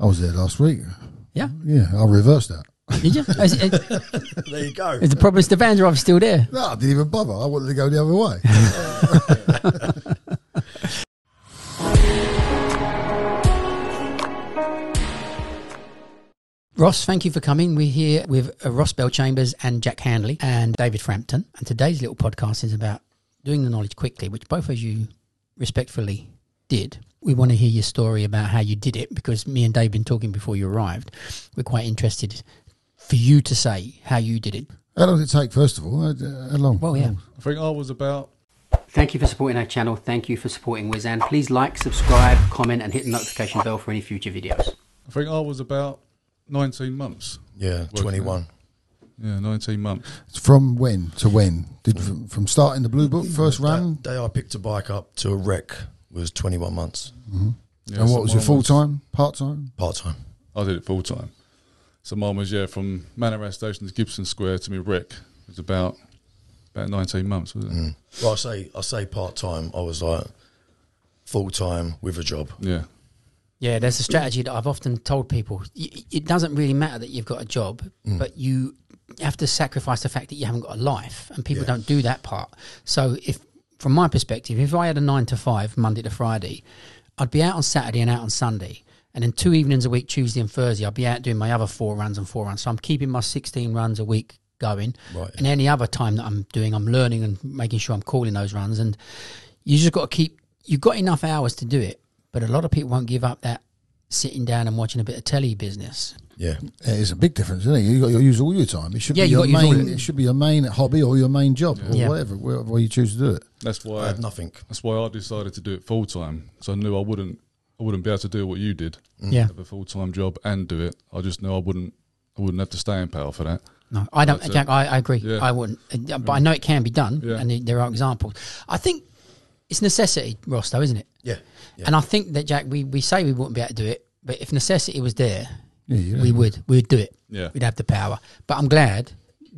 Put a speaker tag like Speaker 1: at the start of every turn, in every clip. Speaker 1: I was there last week.
Speaker 2: Yeah.
Speaker 1: Yeah, I reversed that.
Speaker 2: Did you? Is, is,
Speaker 3: Mm-hmm. There you go.
Speaker 2: is the problem is the van drive still there?
Speaker 1: No, I didn't even bother. I wanted to go the other way.
Speaker 2: Ross, thank you for coming. We're here with uh, Ross Bell Chambers and Jack Handley and David Frampton. And today's little podcast is about doing the knowledge quickly, which both of you respectfully did. We want to hear your story about how you did it because me and Dave been talking before you arrived. We're quite interested for you to say how you did it.
Speaker 1: How long did it take, first of all? How how long?
Speaker 2: Well, yeah.
Speaker 4: I think I was about
Speaker 2: Thank you for supporting our channel. Thank you for supporting Wizan. Please like, subscribe, comment, and hit the notification bell for any future videos.
Speaker 4: I think I was about nineteen months.
Speaker 3: Yeah,
Speaker 4: Working
Speaker 3: 21.
Speaker 4: Yeah, nineteen months.
Speaker 1: From when to when? Did from, from starting the Blue Book first run?
Speaker 3: That day I picked a bike up to a wreck was 21 months,
Speaker 4: Yeah,
Speaker 1: and
Speaker 4: so
Speaker 1: what was your
Speaker 4: mine
Speaker 1: full time, part time?
Speaker 3: part time.
Speaker 4: I did it full time. So mine was yeah from Manor House Station to Gibson Square to me wreck It was about about nineteen months, was it?
Speaker 1: Mm.
Speaker 3: Well, I say I say part time. I was like full time with a job.
Speaker 4: Yeah,
Speaker 2: Yeah, there's a strategy that I've often told people. Y- y- It doesn't really matter that you've got a job, but you have to sacrifice the fact that you haven't got a life, and people
Speaker 3: Yeah.
Speaker 2: don't do that part. So, if from my perspective, if I had a nine to five Monday to Friday, I'd be out on Saturday and out on Sunday, and then two evenings a week, Tuesday and Thursday, I'd be out doing my other four runs and four runs. So I'm keeping my 16 runs a week going,
Speaker 3: Right.
Speaker 2: and any other time that I'm doing, I'm learning and making sure I'm calling those runs. And you just got to keep. You've got enough hours to do it, but a lot of people won't give up that sitting down and watching a bit of telly business.
Speaker 3: Yeah,
Speaker 1: Yeah, it's a big difference, isn't it? You got to use all your time. It should
Speaker 2: Yeah,
Speaker 1: be
Speaker 2: you
Speaker 1: your
Speaker 2: got to use all
Speaker 1: main.
Speaker 2: your-
Speaker 1: It should be your main hobby or your main job or
Speaker 2: Yeah.
Speaker 1: whatever, whatever you choose to do it.
Speaker 4: that's
Speaker 3: I
Speaker 4: why
Speaker 3: had nothing.
Speaker 4: that's why I decided to do it full time. So I knew I wouldn't I wouldn't be able to do what you did,
Speaker 1: Mm.
Speaker 2: Yeah,
Speaker 4: have a full time job and do it. I just know I wouldn't I wouldn't have to stay in power for that.
Speaker 2: no, I don't.
Speaker 4: That's it.
Speaker 2: Jack, I, I agree.
Speaker 4: Yeah. Mm.
Speaker 2: I wouldn't, Uh, but I know it can be done,
Speaker 4: Yeah.
Speaker 2: and there are examples. I think it's necessity, Ross, though, isn't it?
Speaker 3: Yeah, yeah.
Speaker 2: And I think that Jack, we, we say we wouldn't be able to do it, but if necessity was there,
Speaker 1: Yeah, you
Speaker 2: we would we would do it.
Speaker 4: Yeah.
Speaker 2: we'd have the power. But I'm glad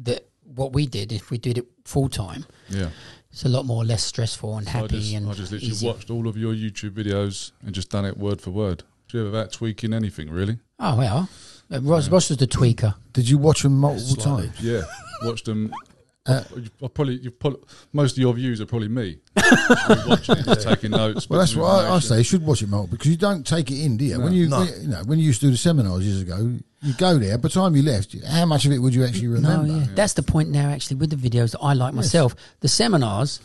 Speaker 2: that what we did, if we did it full time,
Speaker 4: Yeah.
Speaker 2: it's a lot more less stressful and
Speaker 4: I
Speaker 2: happy
Speaker 4: just,
Speaker 2: and
Speaker 4: I just literally
Speaker 2: easy.
Speaker 4: watched all of your YouTube videos and just done it word for word. Do you ever that tweaking anything really?
Speaker 2: Oh well, Uh, Ross, Ross was the tweaker.
Speaker 1: Did you watch them multiple
Speaker 3: Slightly.
Speaker 1: times?
Speaker 4: Yeah, watched them.
Speaker 1: Uh,
Speaker 4: you, I probably you probably most of your views are probably me watching it, just taking notes.
Speaker 1: Well, that's
Speaker 4: putting
Speaker 1: what I, I
Speaker 4: information.
Speaker 1: say. You should watch it multiple because you don't take it in, do you? when you,
Speaker 3: No.
Speaker 1: you know, when you used to do the seminars years ago, you go there. By the time you left, how much of it would you actually
Speaker 2: No,
Speaker 1: remember?
Speaker 2: yeah. that's the point now. Actually, with the videos that I like myself, the seminars,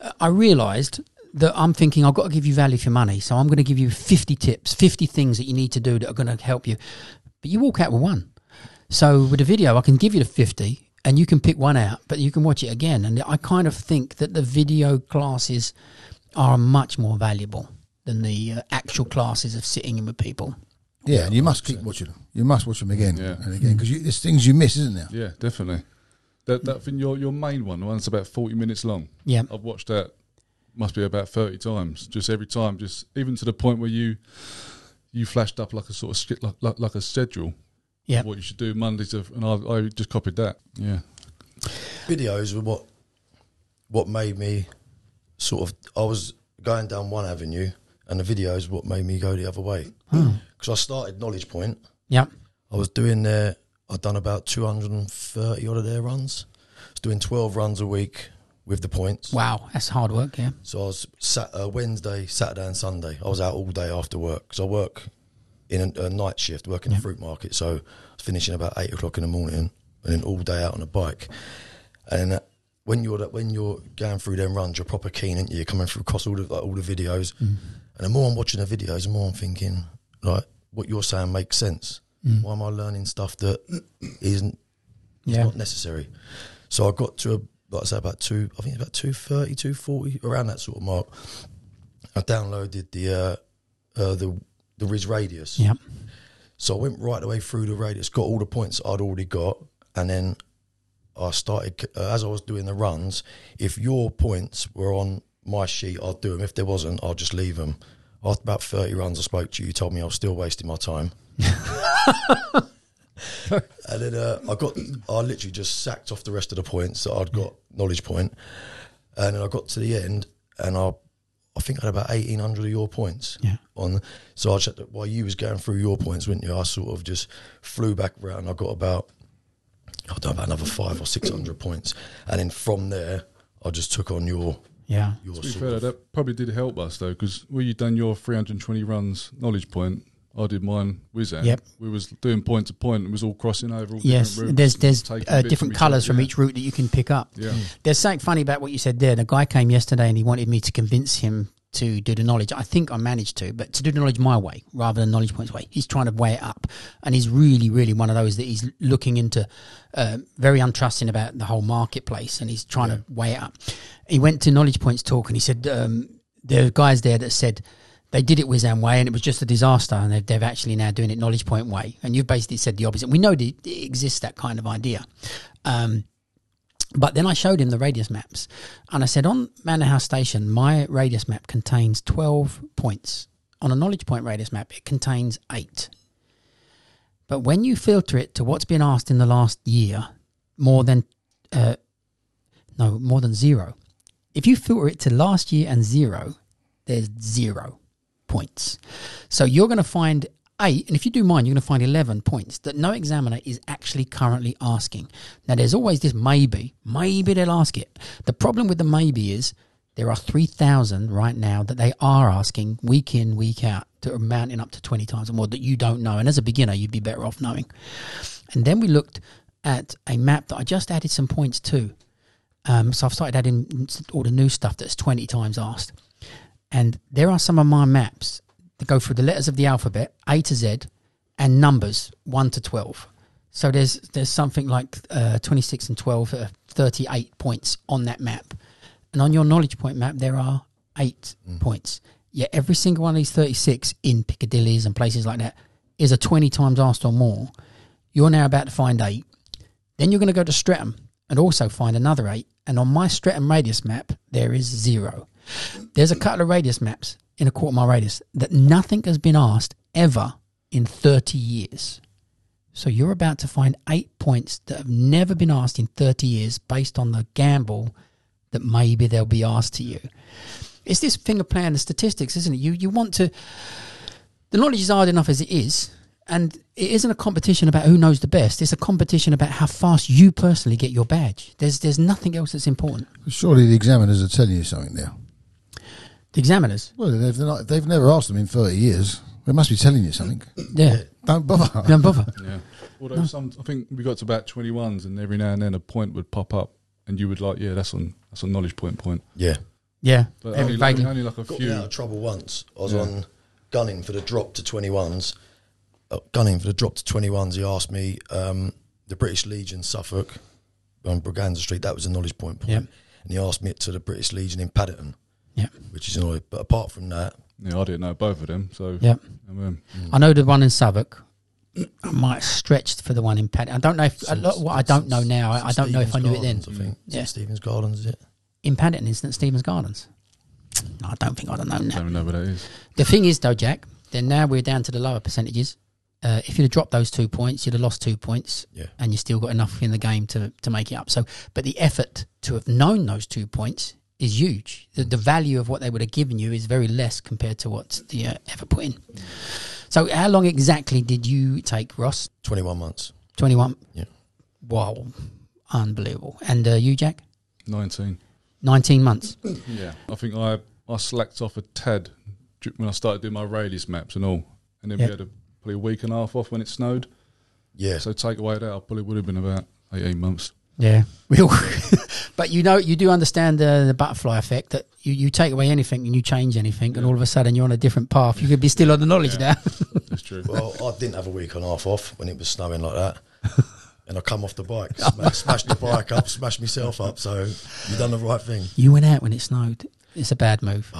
Speaker 2: uh, I realised that I'm thinking I've got to give you value for money, so I'm going to give you 50 tips, 50 things that you need to do that are going to help you. But you walk out with one. So with a video, I can give you the 50, and you can pick one out, but you can watch it again. And I kind of think that the video classes are much more valuable than the uh, actual classes of sitting in with people.
Speaker 1: Yeah, and you must keep watching them. You must watch them again
Speaker 4: Yeah.
Speaker 1: and again because there's things you miss, isn't there?
Speaker 4: Yeah, definitely. That that thing your your main one, the one that's about forty minutes long.
Speaker 2: Yeah.
Speaker 4: I've watched that. Must be about thirty times. Just every time, just even to the point where you you flashed up like a sort of sch- like, like like a schedule.
Speaker 2: Yeah.
Speaker 4: of what you should do Monday to and I, I just copied that. Yeah,
Speaker 3: videos were what what made me sort of I was going down one avenue and the videos what made me go the other way
Speaker 2: Hmm.
Speaker 3: because I started Knowledge Point
Speaker 2: Yeah.
Speaker 3: I was doing their I'd done about 230 odd of their runs I was doing 12 runs a week with the points
Speaker 2: Wow, that's hard work. Yeah.
Speaker 3: so I was sat, uh, Wednesday Saturday and Sunday I was out all day after work because I work in a, a night shift working in the fruit market so I was finishing about 8 o'clock in the morning and then all day out on a bike and uh, when you're when you're going through them runs, you're proper keen, aren't you? You're coming through across all the like, all the videos, and the more I'm watching the videos, the more I'm thinking like what you're saying makes sense. Why am I learning stuff that isn't is
Speaker 2: Yeah.
Speaker 3: not necessary? So I got to a, like I said about two, I think it's about 230, 240, around that sort of mark. I downloaded the uh, uh, the the Riz Radius.
Speaker 2: Yeah.
Speaker 3: So I went right the way through the radius, got all the points I'd already got, and then I started uh, as I was doing the runs. If your points were on my sheet, I'd do them. If there wasn't, I'll just leave them. After about thirty runs, I spoke to you. You told me I was still wasting my time. and then uh, I got, I literally just sacked off the rest of the points that I'd got knowledge point, and then I got to the end, and I, I think I had about eighteen hundred of your points.
Speaker 2: Yeah.
Speaker 3: On so I checked that while you was going through your points, wouldn't you? I sort of just flew back around. I got about I don't know, about another five or six hundred points, and then from there I just took on your
Speaker 2: Yeah.
Speaker 3: your
Speaker 4: To be
Speaker 3: sort
Speaker 4: fair,
Speaker 3: of,
Speaker 4: that probably did help us though, because where you done your 320 runs knowledge point, I did mine with that.
Speaker 2: Yep.
Speaker 4: We was doing point to point, and was all crossing over. All
Speaker 2: Yes,
Speaker 4: different routes
Speaker 2: there's
Speaker 4: and
Speaker 2: there's
Speaker 4: taking
Speaker 2: uh,
Speaker 4: bits
Speaker 2: different
Speaker 4: each
Speaker 2: colours
Speaker 4: other,
Speaker 2: from
Speaker 4: yeah.
Speaker 2: each route that you can pick up.
Speaker 4: Yeah.
Speaker 2: There's something funny about what you said there. The guy came yesterday and he wanted me to convince him to do the knowledge. I think I managed to, but to do the knowledge my way rather than knowledge points way. He's trying to weigh it up, and he's really, really one of those that he's looking into, uh, very untrusting about the whole marketplace, and he's trying to weigh it up. He went to knowledge points talk and he said um, there are guys there that said. They did it with Way, and it was just a disaster. And they've, they've actually now doing it Knowledge Point way. And you've basically said the opposite. We know that it exists that kind of idea. Um, but then I showed him the radius maps and I said, on Manor House Station, my radius map contains 12 points. On a knowledge point radius map, it contains eight. But when you filter it to what's been asked in the last year, more than, uh, no, more than zero, if you filter it to last year and zero, there's zero points. So you're going to find eight, and if you do mine, you're going to find 11 points that no examiner is actually currently asking. Now, there's always this maybe, maybe they'll ask it. The problem with the maybe is there are 3,000 right now that they are asking week in, week out, to mounting up to 20 times or more that you don't know. And as a beginner, you'd be better off knowing. And then we looked at a map that I just added some points to. Um, so I've started adding all the new stuff that's 20 times asked. And there are some of my maps that go through the letters of the alphabet, A to Z, and numbers 1 to 12. So there's there's something like uh, 26 and 12, uh, 38 points on that map. And on your knowledge point map, there are eight points. Yet every single one of these 36 in Piccadillys and places like that is a 20 times asked or more. You're now about to find eight. Then you're going to go to Streatham and also find another eight. And on my Streatham radius map, there is zero. There's a couple of radius maps in a quarter mile radius that nothing has been asked ever in 30 years. So you're about to find eight points that have never been asked in 30 years based on the gamble that maybe they'll be asked to you. It's this thing of playing the statistics, isn't it? You, you want to, the knowledge is hard enough as it is. And it isn't a competition about who knows the best. It's a competition about how fast you personally get your badge. There's, there's nothing else that's important.
Speaker 1: Surely the examiners are telling you something now.
Speaker 2: The examiners,
Speaker 1: Well, if, they're not, if they've never asked them in 30 years, they must be telling you something.
Speaker 2: yeah,
Speaker 1: Don't bother.
Speaker 2: don't bother.
Speaker 4: Yeah. Although some, I think we got to about 21s, and every now and then a point would pop up, and you would like, yeah, that's on that's on knowledge point point.
Speaker 3: yeah.
Speaker 2: Yeah,
Speaker 4: But
Speaker 2: every
Speaker 4: only, like,
Speaker 2: vaguely.
Speaker 4: only like a
Speaker 3: Got
Speaker 4: few.
Speaker 3: me out of trouble once. I was
Speaker 4: Yeah.
Speaker 3: on gunning for the drop to 21s. Uh, gunning for the drop to 21s. He asked me um, the British Legion, Suffolk, on Braganza Street. That was a knowledge point point.
Speaker 2: Yep.
Speaker 3: And he asked me it to the British Legion in Paddington,
Speaker 2: Yeah,
Speaker 3: which is annoying. But apart from that,
Speaker 4: Yeah, I didn't know both of them. So
Speaker 2: yeah.
Speaker 4: I mean,
Speaker 2: I know the one in Southwark. I might have stretched for the one in Pat. I don't know if a lot, what I don't know now. I, I
Speaker 3: St.
Speaker 2: don't know if I knew
Speaker 3: Stephen's
Speaker 2: it then.
Speaker 3: Gardens, I think.
Speaker 2: Yeah.
Speaker 3: St. Stephen's Gardens, is it?
Speaker 2: In Paddington, it's St Stephen's Gardens. No, I don't think I'd have known
Speaker 4: I
Speaker 2: that.
Speaker 4: don't even know what that is.
Speaker 2: The thing is, though, Jack, then now we're down to the lower percentages. Uh, if you'd have dropped those two points, you'd have lost two points,
Speaker 3: Yeah.
Speaker 2: and you still got enough in the game to, to make it up. So, but the effort to have known those two points is huge. The, the value of what they would have given you is very less compared to what the uh, effort put in. So, how long exactly did you take, Ross?
Speaker 3: 21 months.
Speaker 2: 21.
Speaker 3: Yeah.
Speaker 2: Wow. Unbelievable. And uh, you, Jack?
Speaker 4: 19.
Speaker 2: 19 months.
Speaker 4: Yeah, I think I I slacked off a tad dr- when I started doing my radius maps and all, and then
Speaker 2: Yeah.
Speaker 4: we had a, probably a week and a half off when it snowed.
Speaker 3: Yeah.
Speaker 4: So take away that, I probably would have been about eighteen months.
Speaker 2: Yeah. Real. but you know, you do understand the, the butterfly effect that you, you take away anything and you change anything, and all of a sudden you're on a different path. You could be still on the knowledge
Speaker 4: Yeah.
Speaker 2: now.
Speaker 4: That's true.
Speaker 3: Well, I didn't have a week and a half off when it was snowing like that. And I come off the bike, sma- smashed the bike up, smashed myself up. So you done the right thing.
Speaker 2: you went out when it snowed. It's a bad move.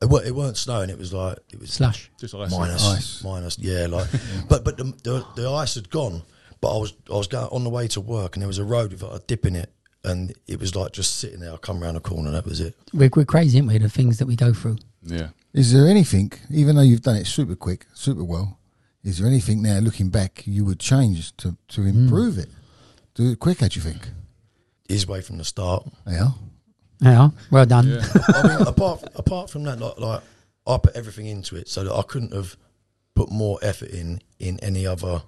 Speaker 3: It, wa- it weren't snowing. It was like it was
Speaker 2: Slush.
Speaker 4: Just ice.
Speaker 3: minus,
Speaker 1: Ice.
Speaker 3: minus. Yeah, like, but but the, the the ice had gone. But I was I was going on the way to work, and there was a road with a dip in it, and it was like just sitting there. I come round the corner, that was it.
Speaker 2: We're, we're crazy, aren't we? The things that we go through.
Speaker 4: Yeah.
Speaker 1: Is there anything, even though you've done it super quick, super well, is there anything now looking back you would change to, to improve it? Do it quicker, do you think?
Speaker 3: His way from the start.
Speaker 1: Yeah.
Speaker 2: Yeah, well done.
Speaker 4: Yeah.
Speaker 3: I mean, apart apart from that, like, like I put everything into it so that I couldn't have put more effort in in any other.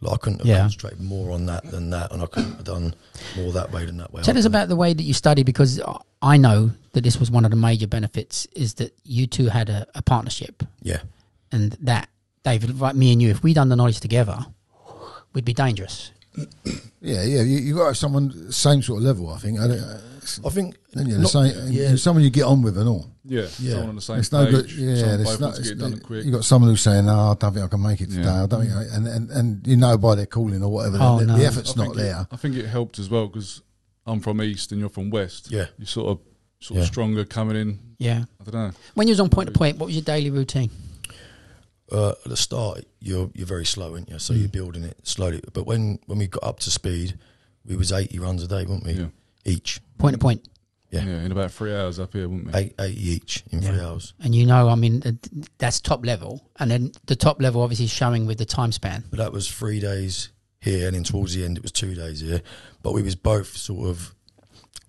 Speaker 3: Like I couldn't have
Speaker 2: Yeah.
Speaker 3: concentrated more on that than that, and I couldn't have done more that way than that way.
Speaker 2: Tell
Speaker 3: I
Speaker 2: us
Speaker 3: couldn't-
Speaker 2: about the way that you study because I- I know that this was one of the major benefits is that you two had a, a partnership
Speaker 3: yeah,
Speaker 2: and that David, like me and you, if we done the knowledge together, we'd be dangerous.
Speaker 1: Yeah, yeah. You, you got to have someone same sort of level. I think. I don't, uh, it's-
Speaker 3: I think
Speaker 1: then you're um, the
Speaker 3: not-
Speaker 1: same.
Speaker 3: yeah.
Speaker 1: someone you get on with and all.
Speaker 4: Yeah,
Speaker 3: Yeah.
Speaker 4: someone on the same
Speaker 1: It's no
Speaker 4: page.
Speaker 1: good. Yeah,
Speaker 4: someone
Speaker 1: it's
Speaker 4: both
Speaker 1: not.
Speaker 4: wants to
Speaker 1: it's-
Speaker 4: get it done and quick.
Speaker 1: You got someone who's saying, "No, I don't think I can make it
Speaker 4: Yeah.
Speaker 1: today." I don't think, I, and, and and you know by their calling or whatever,
Speaker 2: Oh,
Speaker 1: the,
Speaker 2: no.
Speaker 1: the
Speaker 4: I
Speaker 1: effort's
Speaker 4: think
Speaker 1: not
Speaker 4: it-
Speaker 1: there.
Speaker 4: I think it helped as well because I'm from east and you're from west.
Speaker 3: Yeah.
Speaker 4: you're sort of sort
Speaker 3: Yeah.
Speaker 4: of stronger coming in.
Speaker 2: Yeah.
Speaker 4: I don't know.
Speaker 2: When you was on point to point, what was your daily routine?
Speaker 3: uh, at the start you're you're very slow, aren't you? So
Speaker 1: Mm.
Speaker 3: you're building it slowly. But when when we got up to speed, we was eighty runs a day, weren't we?
Speaker 4: Yeah.
Speaker 3: Each
Speaker 2: Point to point.
Speaker 3: Yeah.
Speaker 4: Yeah. in about three hours up here, wouldn't we?
Speaker 3: eight, eighty each in three hours.
Speaker 2: And you know, I mean, th- th- that's top level. And then the top level obviously is showing with the time span.
Speaker 3: But that was three days here, and then towards the end it was two days here. But we was both sort of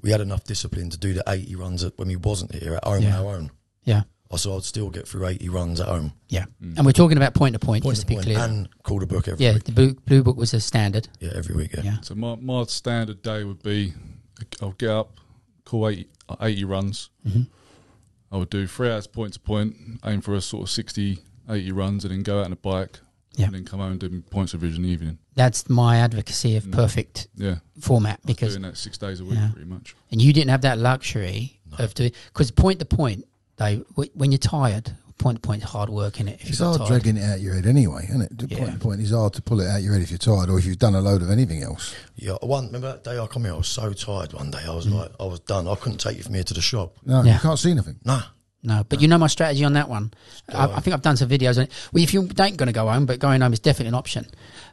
Speaker 3: we had enough discipline to do the eighty runs at, when we wasn't here at home
Speaker 2: Yeah.
Speaker 3: our own.
Speaker 2: Yeah.
Speaker 3: I- So I'd still get through eighty runs at home,
Speaker 2: Yeah. And we're talking about point to point,
Speaker 3: point
Speaker 2: just
Speaker 3: to
Speaker 2: to be
Speaker 3: point,
Speaker 2: clear.
Speaker 3: and call the book every
Speaker 2: yeah,
Speaker 3: week.
Speaker 2: the blue, blue book was a standard.
Speaker 3: Yeah, every week. Yeah.
Speaker 2: Yeah.
Speaker 4: So my my standard day would be, I'll get up, call 80, 80 runs.
Speaker 2: Mm-hmm.
Speaker 4: I would do three hours point to point, aim for a sort of 60, 80 runs, and then go out on a bike.
Speaker 2: Yeah.
Speaker 4: And then come home and do my points revision in the evening.
Speaker 2: That's my advocacy of perfect
Speaker 4: Yeah.
Speaker 2: format because
Speaker 4: Doing that six days a week,
Speaker 2: Yeah.
Speaker 4: pretty much.
Speaker 2: and you didn't have that luxury of doing because point to point they wh- when you're tired point to point is hard work in it if
Speaker 1: It's
Speaker 2: you're
Speaker 1: hard
Speaker 2: tired.
Speaker 1: dragging it out your head anyway, isn't it?
Speaker 2: Yeah.
Speaker 1: Point to point, it's hard to pull it out your head if you're tired or if you've done a load of anything else.
Speaker 3: Yeah, I one remember that day I come here, I was so tired one day. I
Speaker 2: Mm.
Speaker 3: was like, I was done. I couldn't take you from here to the shop.
Speaker 1: No,
Speaker 2: Yeah.
Speaker 1: you can't see nothing.
Speaker 3: Nah.
Speaker 2: no but you know my strategy on that one I, I think I've done some videos on it well if you ain't going to go home but going home is definitely an option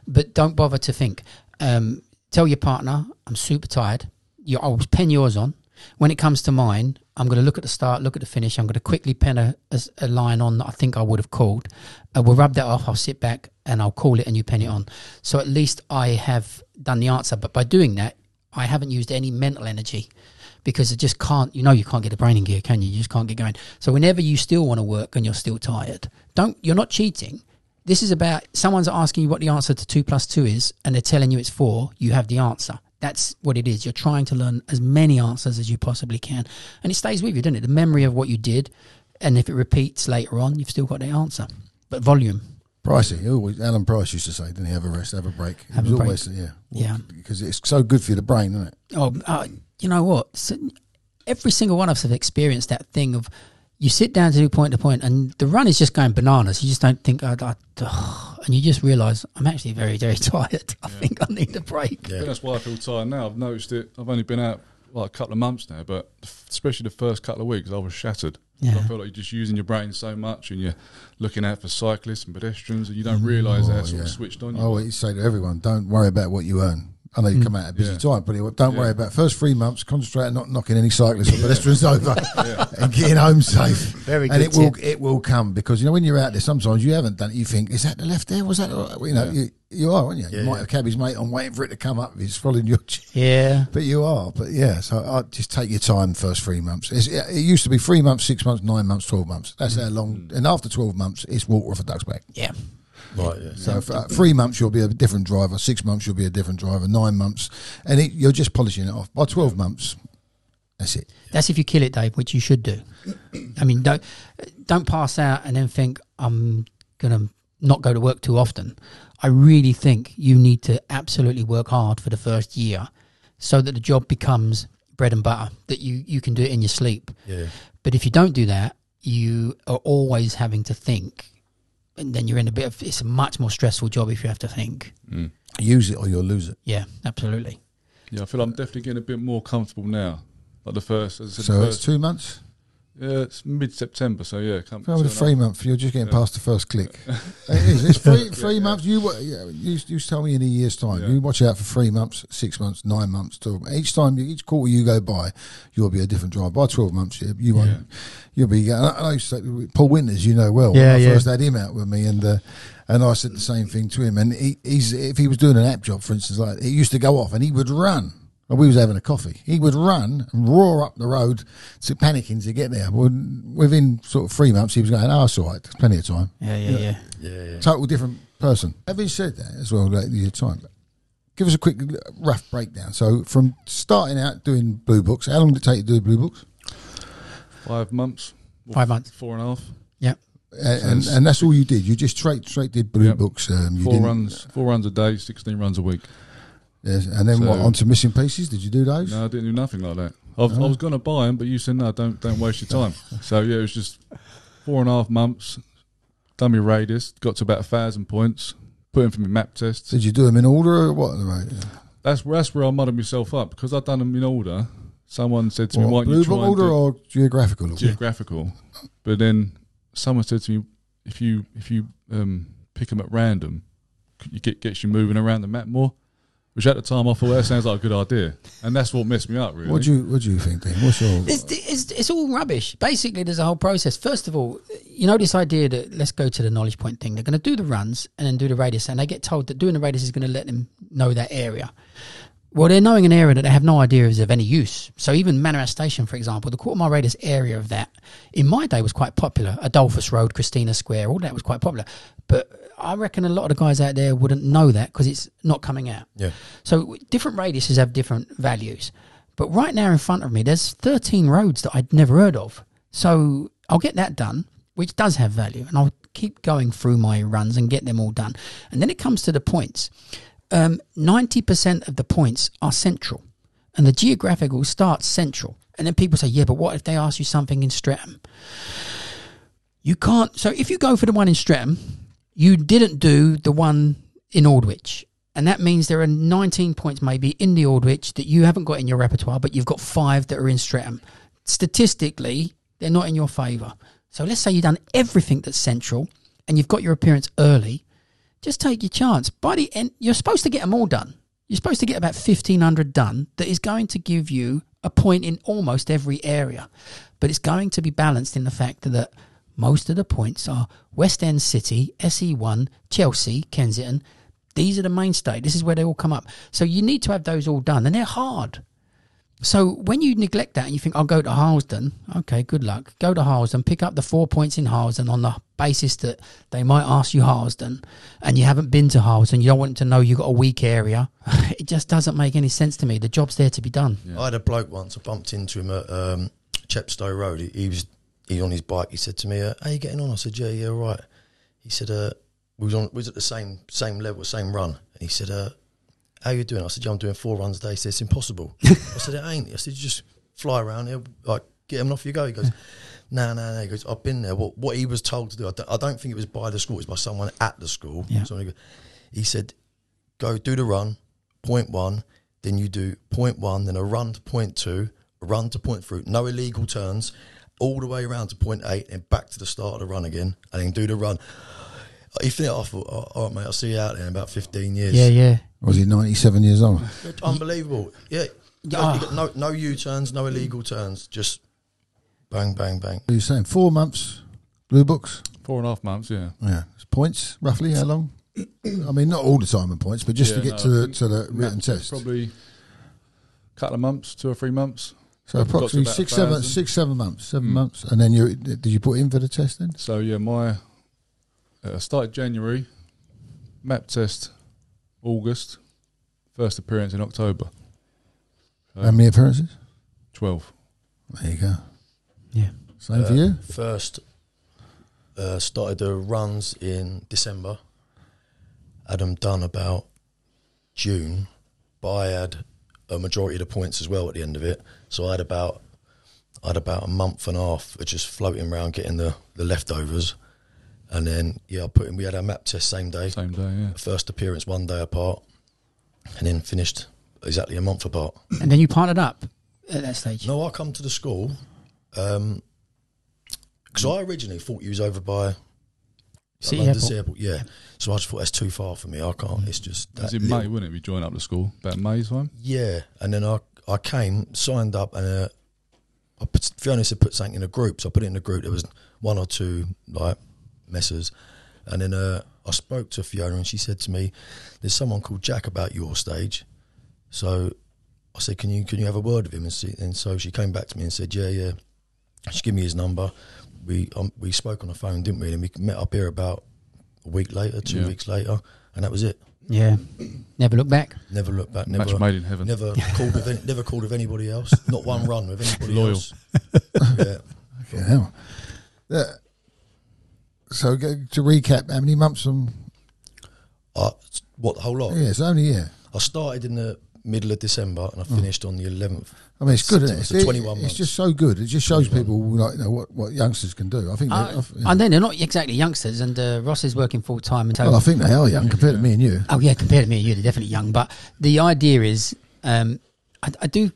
Speaker 2: but don't bother to think um, tell your partner I'm super tired you, I'll pen yours on when it comes to mine I'm going to look at the start look at the finish I'm going to quickly pen a, a s- a line on that I think I would have called uh, we'll rub that off I'll sit back and I'll call it and you pen it on so at least I have done the answer but by doing that I haven't used any mental energy because it just can't. You know, you can't get the brain in gear, can you? You just can't get going. So whenever you still want to work and you're still tired, don't. You're not cheating. This is about someone's asking you what the answer to two plus two is, and they're telling you it's four. You have the answer. That's what it is. You're trying to learn as many answers as you possibly can, and it stays with you, doesn't it? The memory of what you did, and if it repeats later on, you've still got the answer. But volume,
Speaker 1: Pricey, he always, Alan Price used to say, "Didn't he have a rest, have a break?" It
Speaker 2: Have
Speaker 1: was
Speaker 2: a break.
Speaker 1: always yeah,
Speaker 2: Yeah.
Speaker 1: because it's so good for the brain, isn't it?
Speaker 2: Oh, uh, you know what? S every single one of us have experienced that thing of you sit down to do point to point, and the run is just going bananas. You just don't think, I, I, ugh," and you just realise I'm actually very, very tired. I think I need a break.
Speaker 4: I think that's why I feel tired now. I've noticed it. I've only been out like a couple of months now, but f- especially the first couple of weeks, I was shattered.
Speaker 2: Yeah.
Speaker 4: I felt like you're just using your brain so much, and you're looking out for cyclists and pedestrians, and you
Speaker 2: Mm-hmm.
Speaker 4: don't realise how sort of switched on
Speaker 1: I
Speaker 4: you. Hmm.
Speaker 1: always Oh, say to everyone, "Don't worry about what you earn." I know you come out at a busy
Speaker 4: Yeah.
Speaker 1: time, but it- don't worry about first three months. Concentrate on not knocking any cyclists or pedestrians over and getting home safe. Very and
Speaker 2: good
Speaker 1: it will
Speaker 2: tip.
Speaker 1: it will come because you know when you're out there, sometimes you haven't done it. You think, "Is that the left there? Was that the right? you know?" You, you are, aren't you? you might have cabbage mate on waiting for it to come up. It's following your.
Speaker 2: Yeah.
Speaker 1: But you are, but yeah. So I just take your time first three months. It's, it it used to be three months, six months, nine months, twelve months.
Speaker 4: Hmm.
Speaker 1: That's how long. And after twelve months, it's water off a duck's back.
Speaker 2: Yeah.
Speaker 3: Right, yeah.
Speaker 1: So for, uh, three months you'll be a different driver. Six months you'll be a different driver. Nine months, and it, you're just polishing it off. By twelve months, that's it.
Speaker 2: That's if you kill it, Dave, which you should do. I mean, don't don't pass out and then think I'm gonna not go to work too often. I really think you need to absolutely work hard for the first year, so that the job becomes bread and butter. That you you can do it in your sleep.
Speaker 3: Yeah.
Speaker 2: But if you don't do that, you are always having to think, and then you're in a bit of it's a much more stressful job if you have to think.
Speaker 1: Use it or you'll lose it.
Speaker 2: Yeah, absolutely.
Speaker 4: Yeah, I feel I'm definitely getting a bit more comfortable now. Like the first, as I said,
Speaker 1: So
Speaker 4: the
Speaker 1: it's
Speaker 4: first,
Speaker 1: two months.
Speaker 4: yeah, it's mid September, so yeah, come.
Speaker 1: Over the
Speaker 4: so
Speaker 1: three month, you're just getting past the first click. it is. It's three, three months. You, wa- yeah, you you tell me in a year's time.
Speaker 4: Yeah.
Speaker 1: You watch out for three months, six months, nine months. Twelve. Each time, you- each quarter you go by, you'll be a different driver. By twelve months, you, you won't. You'll be. And I, and I used to say, Paul Winters, you know well.
Speaker 2: Yeah,
Speaker 1: when I
Speaker 2: yeah.
Speaker 1: first had him out with me, and uh, and I said the same thing to him. And he, he's if he was doing an app job, for instance, like it used to go off, and he would run. And we was having a coffee. He would run and roar up the road, to panicking to get there. When- Within sort of three months, he was going, "Oh, it's all right. There's plenty of time."
Speaker 2: Yeah, yeah, yeah.
Speaker 3: Yeah, yeah.
Speaker 1: Total different person. Having said that, as well, like your time. Give us a quick rough breakdown. So, from starting out doing blue books, how long did it take you to do blue books?
Speaker 4: Five months. or
Speaker 2: Five months.
Speaker 4: Four and a half.
Speaker 2: Yeah.
Speaker 1: And, and, and that's all you did. You just straight straight did blue
Speaker 4: Yep.
Speaker 1: books. Um, you
Speaker 4: Four
Speaker 1: didn't,
Speaker 4: runs. Four runs a day. Sixteen runs a week.
Speaker 1: Yes, and then
Speaker 4: So-
Speaker 1: what? Onto missing pieces. Did you do those?
Speaker 4: No, I didn't do nothing like that. I was, I was going to buy them, but you said no, don't don't waste your time. so yeah, it was just four and a half months. Dummy raiders got to about a thousand points. Put in for my map tests.
Speaker 1: Did you do them in order or what? Right.
Speaker 4: That's that's where I muddled myself up because I'd done them in order. Someone said to me, "Why
Speaker 1: What,
Speaker 4: don't
Speaker 1: blue
Speaker 4: you try
Speaker 1: book order
Speaker 4: and do
Speaker 1: or geographical order?
Speaker 4: geographical?" But then someone said to me, "If you if you um, pick them at random, c- you get gets you moving around the map more." Which at the time I thought that sounds like a good idea, and that's what messed me up really.
Speaker 1: What do you What do you think, Dean? What's your
Speaker 2: It's, it's, it's all rubbish. Basically, there's a whole process. First of all, you know this idea that let's go to the knowledge point thing. They're going to do the runs and then do the radius, and they get told that doing the radius is going to let them know that area. Well, they're knowing an area that they have no idea is of any use. So even Manor Station, for example, the quarter mile radius area of that in my day was quite popular. Adolphus Road, Christina Square, all that was quite popular. But I reckon a lot of the guys out there wouldn't know that because it's not coming out.
Speaker 3: Yeah.
Speaker 2: So w- different radiuses have different values. But right now in front of me, there's 13 roads that I'd never heard of. So I'll get that done, which does have value, and I'll keep going through my runs and get them all done. And then it comes to the points. Um, 90% of the points are central, and the geographical starts central. And then people say, yeah, but what if they ask you something in Streatham? You can't. So if you go for the one in Streatham, you didn't do the one in Aldwych. And that means there are 19 points maybe in the Aldwych that you haven't got in your repertoire, but you've got five that are in Streatham. Statistically, they're not in your favour. So let's say you've done everything that's central and you've got your appearance early. Just take your chance. By the end, you're supposed to get them all done. You're supposed to get about 1,500 done that is going to give you a point in almost every area. But it's going to be balanced in the fact that most of the points are West End City, SE1, Chelsea, Kensington. These are the mainstay. This is where they all come up. So you need to have those all done, and they're hard. So when you neglect that and you think, I'll go to Harlesden, okay, good luck. Go to Harlesden, pick up the four points in Harlesden on the basis that they might ask you Harlesden and you haven't been to Harlesden, you don't want them to know you've got a weak area. it just doesn't make any sense to me. The job's there to be done.
Speaker 3: I had a bloke once. I bumped into him at um, Chepstow Road. He, he was he was on his bike. He said to me, uh, "How you getting on?" I said, "Yeah, yeah, all right." He said, uh, "We was on we was at the same same level, same run." And he said, uh, "How you doing?" I said, "Yeah, I'm doing four runs a day." He said, "It's impossible." I said, "It ain't." I said, "You just fly around here, like get him and off you go." He goes. No, no, no. He goes, I've been there. What, what he was told to do, I don't, I don't think it was by the school. It was by someone at the school.
Speaker 2: Yeah.
Speaker 3: Someone who- he said, go do the run, point one, then you do point one, then a run to point two, a run to point three, no illegal turns, all the way around to point eight, and back to the start of the run again, and then do the run. If they're off, all all right, mate, I'll see you out there in about 15 years.
Speaker 2: Yeah, yeah.
Speaker 1: Was he ninety seven years old?
Speaker 3: It's unbelievable. Yeah.
Speaker 2: Yeah.
Speaker 3: You got No, no U turns, no illegal turns, just bang, bang, bang.
Speaker 1: What are you saying? Four months, blue books.
Speaker 4: Four and a half months, yeah.
Speaker 1: Yeah, it's points roughly. How long? I mean, not all the time in points, but just to
Speaker 4: Yeah,
Speaker 1: get
Speaker 4: no,
Speaker 1: to
Speaker 4: I
Speaker 1: the
Speaker 4: think
Speaker 1: to the written
Speaker 4: Maps
Speaker 1: test.
Speaker 4: Probably a couple of months, two or three months.
Speaker 1: so
Speaker 4: got to
Speaker 1: approximately
Speaker 4: about
Speaker 1: six, seven,
Speaker 4: 1,000.
Speaker 1: six, seven months, seven
Speaker 4: Mm.
Speaker 1: months, and then you did you put in for the test then?
Speaker 4: So yeah, my uh, started January, map test August, first appearance in October, Uh,
Speaker 1: How many appearances?
Speaker 4: twelve.
Speaker 1: There you go.
Speaker 2: Yeah.
Speaker 1: Same for you.
Speaker 4: Uh,
Speaker 3: First, uh, started the runs in December. Had them done about June, but I had a majority of the points as well at the end of it. So I had about I had about a month and a half of just floating around getting the, the leftovers, and then yeah, I put in. We had our map test same day,
Speaker 4: Same day, yeah.
Speaker 3: first appearance one day apart, and then finished exactly a month apart.
Speaker 2: And then you partnered up at that stage.
Speaker 3: No, I come to the school because I originally thought you was over by
Speaker 2: City
Speaker 3: London
Speaker 2: Airport.
Speaker 3: City Airport. Yeah, so I just thought that's too far for me. I can't. It's just
Speaker 4: It was
Speaker 3: that
Speaker 4: in
Speaker 3: little-
Speaker 4: May, wouldn't it? We joined up to school about May time.
Speaker 3: Yeah, and then I I came, signed up, and uh, I put, to be honest, I put something in a group. So I put it in a group. There was one or two like messes, and then uh, I spoke to Fiona, and she said to me, "There's someone called Jack about your stage." So I said, "Can you can you have a word with him?" And, see, and so she came back to me and said, "Yeah, yeah." She gave me his number. We um, we spoke on the phone, didn't we? And we met up here about a week later, two
Speaker 4: Yeah.
Speaker 3: weeks later, and that was it.
Speaker 2: Yeah. Never look back.
Speaker 3: Never looked back.
Speaker 4: Match
Speaker 3: Never
Speaker 4: made in heaven.
Speaker 3: Never called with any, never called with anybody else. Not one run with anybody
Speaker 4: Loyal.
Speaker 3: else. Yeah.
Speaker 1: Yeah. hell. Yeah. Uh, So go, to recap, how many months from?
Speaker 3: I, what the whole
Speaker 4: Oh.
Speaker 3: lot?
Speaker 1: Yeah, it's only yeah.
Speaker 3: I started in the middle of December and I finished on the 11th.
Speaker 1: I mean, it's good. Isn't it?
Speaker 3: It's
Speaker 1: It's-
Speaker 3: 21
Speaker 1: It's
Speaker 3: months.
Speaker 1: just so good. It just shows people like you know, what what youngsters can do. I think. they, I,
Speaker 2: Uh,
Speaker 1: f- yeah.
Speaker 2: And then they're not exactly youngsters, and uh, Ross is working full time. And so,
Speaker 1: well, I think they are young compared to me and you.
Speaker 2: oh yeah, compared to me, you're definitely young. But the idea is, um, I, I do.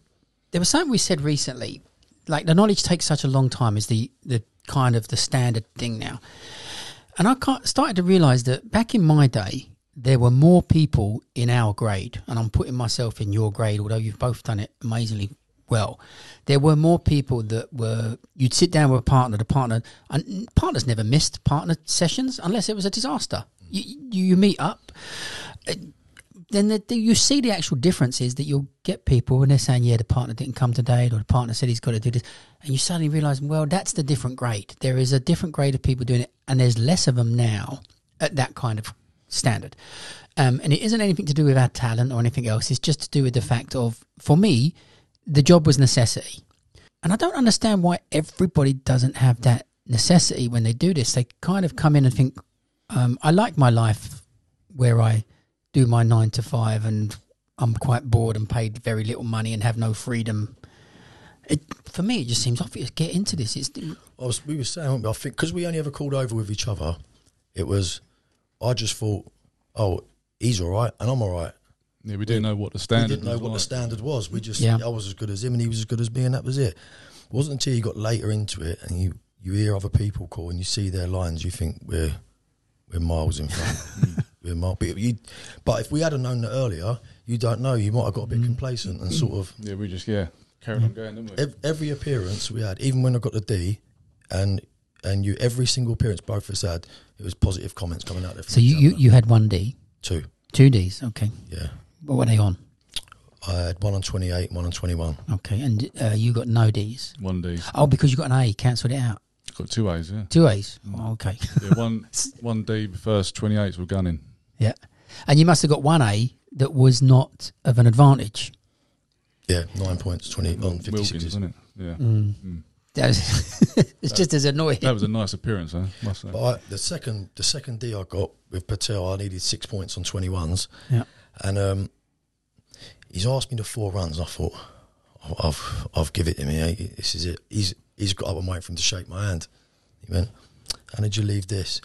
Speaker 2: There was something we said recently, like the knowledge takes such a long time is the the kind of the standard thing now, and I ca- started to realise that back in my day. There were more people in our grade, and I'm putting myself in your grade, although you've both done it amazingly well. There were more people that were, you'd sit down with a partner, the partner, and partners never missed partner sessions unless it was a disaster. You, you, you meet up, then the, the, you see the actual difference is that you'll get people and they're saying, yeah, the partner didn't come today, or the partner said he's got to do this, and you suddenly realise, well, that's the different grade. There is a different grade of people doing it, and there's less of them now at that kind of standard. Um, and it isn't anything to do with our talent or anything else. It's just to do with the fact of, for me, the job was necessity. And I don't understand why everybody doesn't have that necessity when they do this. They kind of come in and think, um, I like my life where I do my nine to five and I'm quite bored and paid very little money and have no freedom. It, for me, it just seems obvious. Get into this. It's,
Speaker 3: I was, we were saying, weren't we? I think, because we only ever called over with each other, it was, I just thought, oh, he's all right and I'm all right.
Speaker 4: Yeah, we didn't know what the
Speaker 3: We
Speaker 4: standard
Speaker 3: didn't know
Speaker 4: was
Speaker 3: what the
Speaker 4: like.
Speaker 3: standard was. We just,
Speaker 2: Yeah.
Speaker 3: I was as good as him and he was as good as me and that was it. It wasn't until you got later into it and you, you hear other people call and you see their lines, you think we're, we're miles in front. we're mile, but, you, but if we had known that earlier, you don't know. You might have got a bit
Speaker 2: Mm.
Speaker 3: complacent and sort of
Speaker 4: Yeah, we just, yeah, carried
Speaker 3: Mm.
Speaker 4: on going, didn't we?
Speaker 3: ev- every appearance we had, even when I got the D, and and you every single appearance both of us had, it was positive comments coming out there. From
Speaker 2: so you,
Speaker 3: each
Speaker 2: you,
Speaker 3: other.
Speaker 2: you had one D,
Speaker 3: two,
Speaker 2: two Ds. Okay.
Speaker 3: yeah.
Speaker 2: What were they on?
Speaker 3: I had one on twenty eight, one on twenty one.
Speaker 2: Okay. And uh, you got no Ds.
Speaker 4: One D.
Speaker 2: Oh, because you got an A, cancelled it out.
Speaker 4: Got two A's, yeah.
Speaker 2: Two A's. Oh, okay.
Speaker 4: yeah one, one D, first 28s were gunning.
Speaker 2: yeah. And you must have got one A that was not of an advantage.
Speaker 3: Yeah, nine points, twenty on fifty
Speaker 4: Wilkins,
Speaker 3: sixes.
Speaker 4: wasn't it? Yeah.
Speaker 3: Mm.
Speaker 2: That was- it's just as annoying.
Speaker 4: That was a nice appearance, huh? Must say.
Speaker 3: But I, the second the second D I got with Patel, I needed six points on twenty ones,
Speaker 2: Yeah.
Speaker 3: and um, he's asked me to four runs. And I thought, I've I've, I've give it to me. eh? This is it. He's he's got up and waiting for him to shake my hand. He went, "How did you leave this?"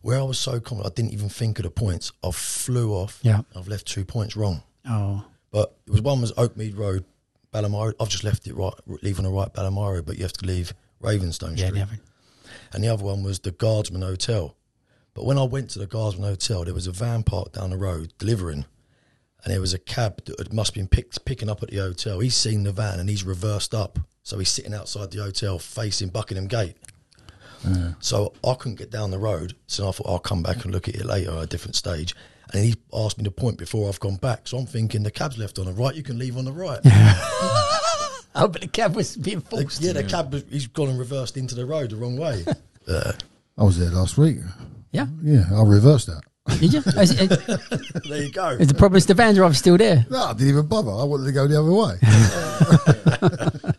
Speaker 3: Where I was so confident, I didn't even think of the points. I flew off.
Speaker 2: Yeah.
Speaker 3: I've left two points wrong.
Speaker 2: Oh.
Speaker 3: But it was one was Oakmead Road, Ballymore. I've just left it right, leaving the right Ballymore, but you have to leave Ravenstone
Speaker 2: Yeah,
Speaker 3: Street
Speaker 2: never.
Speaker 3: and the other one was the Guardsman Hotel. But when I went to the Guardsman Hotel, there was a van parked down the road delivering, and there was a cab that had must been picked picking up at the hotel. He's seen the van and he's reversed up, so he's sitting outside the hotel facing Buckingham Gate. So I couldn't get down the road, so I thought I'll come back and look at it later at a different stage. And he asked me to point before I've gone back, so I'm thinking the cab's left on the right, you can leave on the right.
Speaker 2: Oh, but the cab was being
Speaker 3: The-
Speaker 2: forced.
Speaker 3: yeah, the cab was- he's gone and reversed into the road the wrong way.
Speaker 1: I was there last week.
Speaker 2: Yeah.
Speaker 1: Yeah, I reversed that.
Speaker 2: Did you? Is, is-
Speaker 3: there you go.
Speaker 2: is the problem is the van driver's still there?
Speaker 1: No, I didn't even bother. I wanted to go the other way.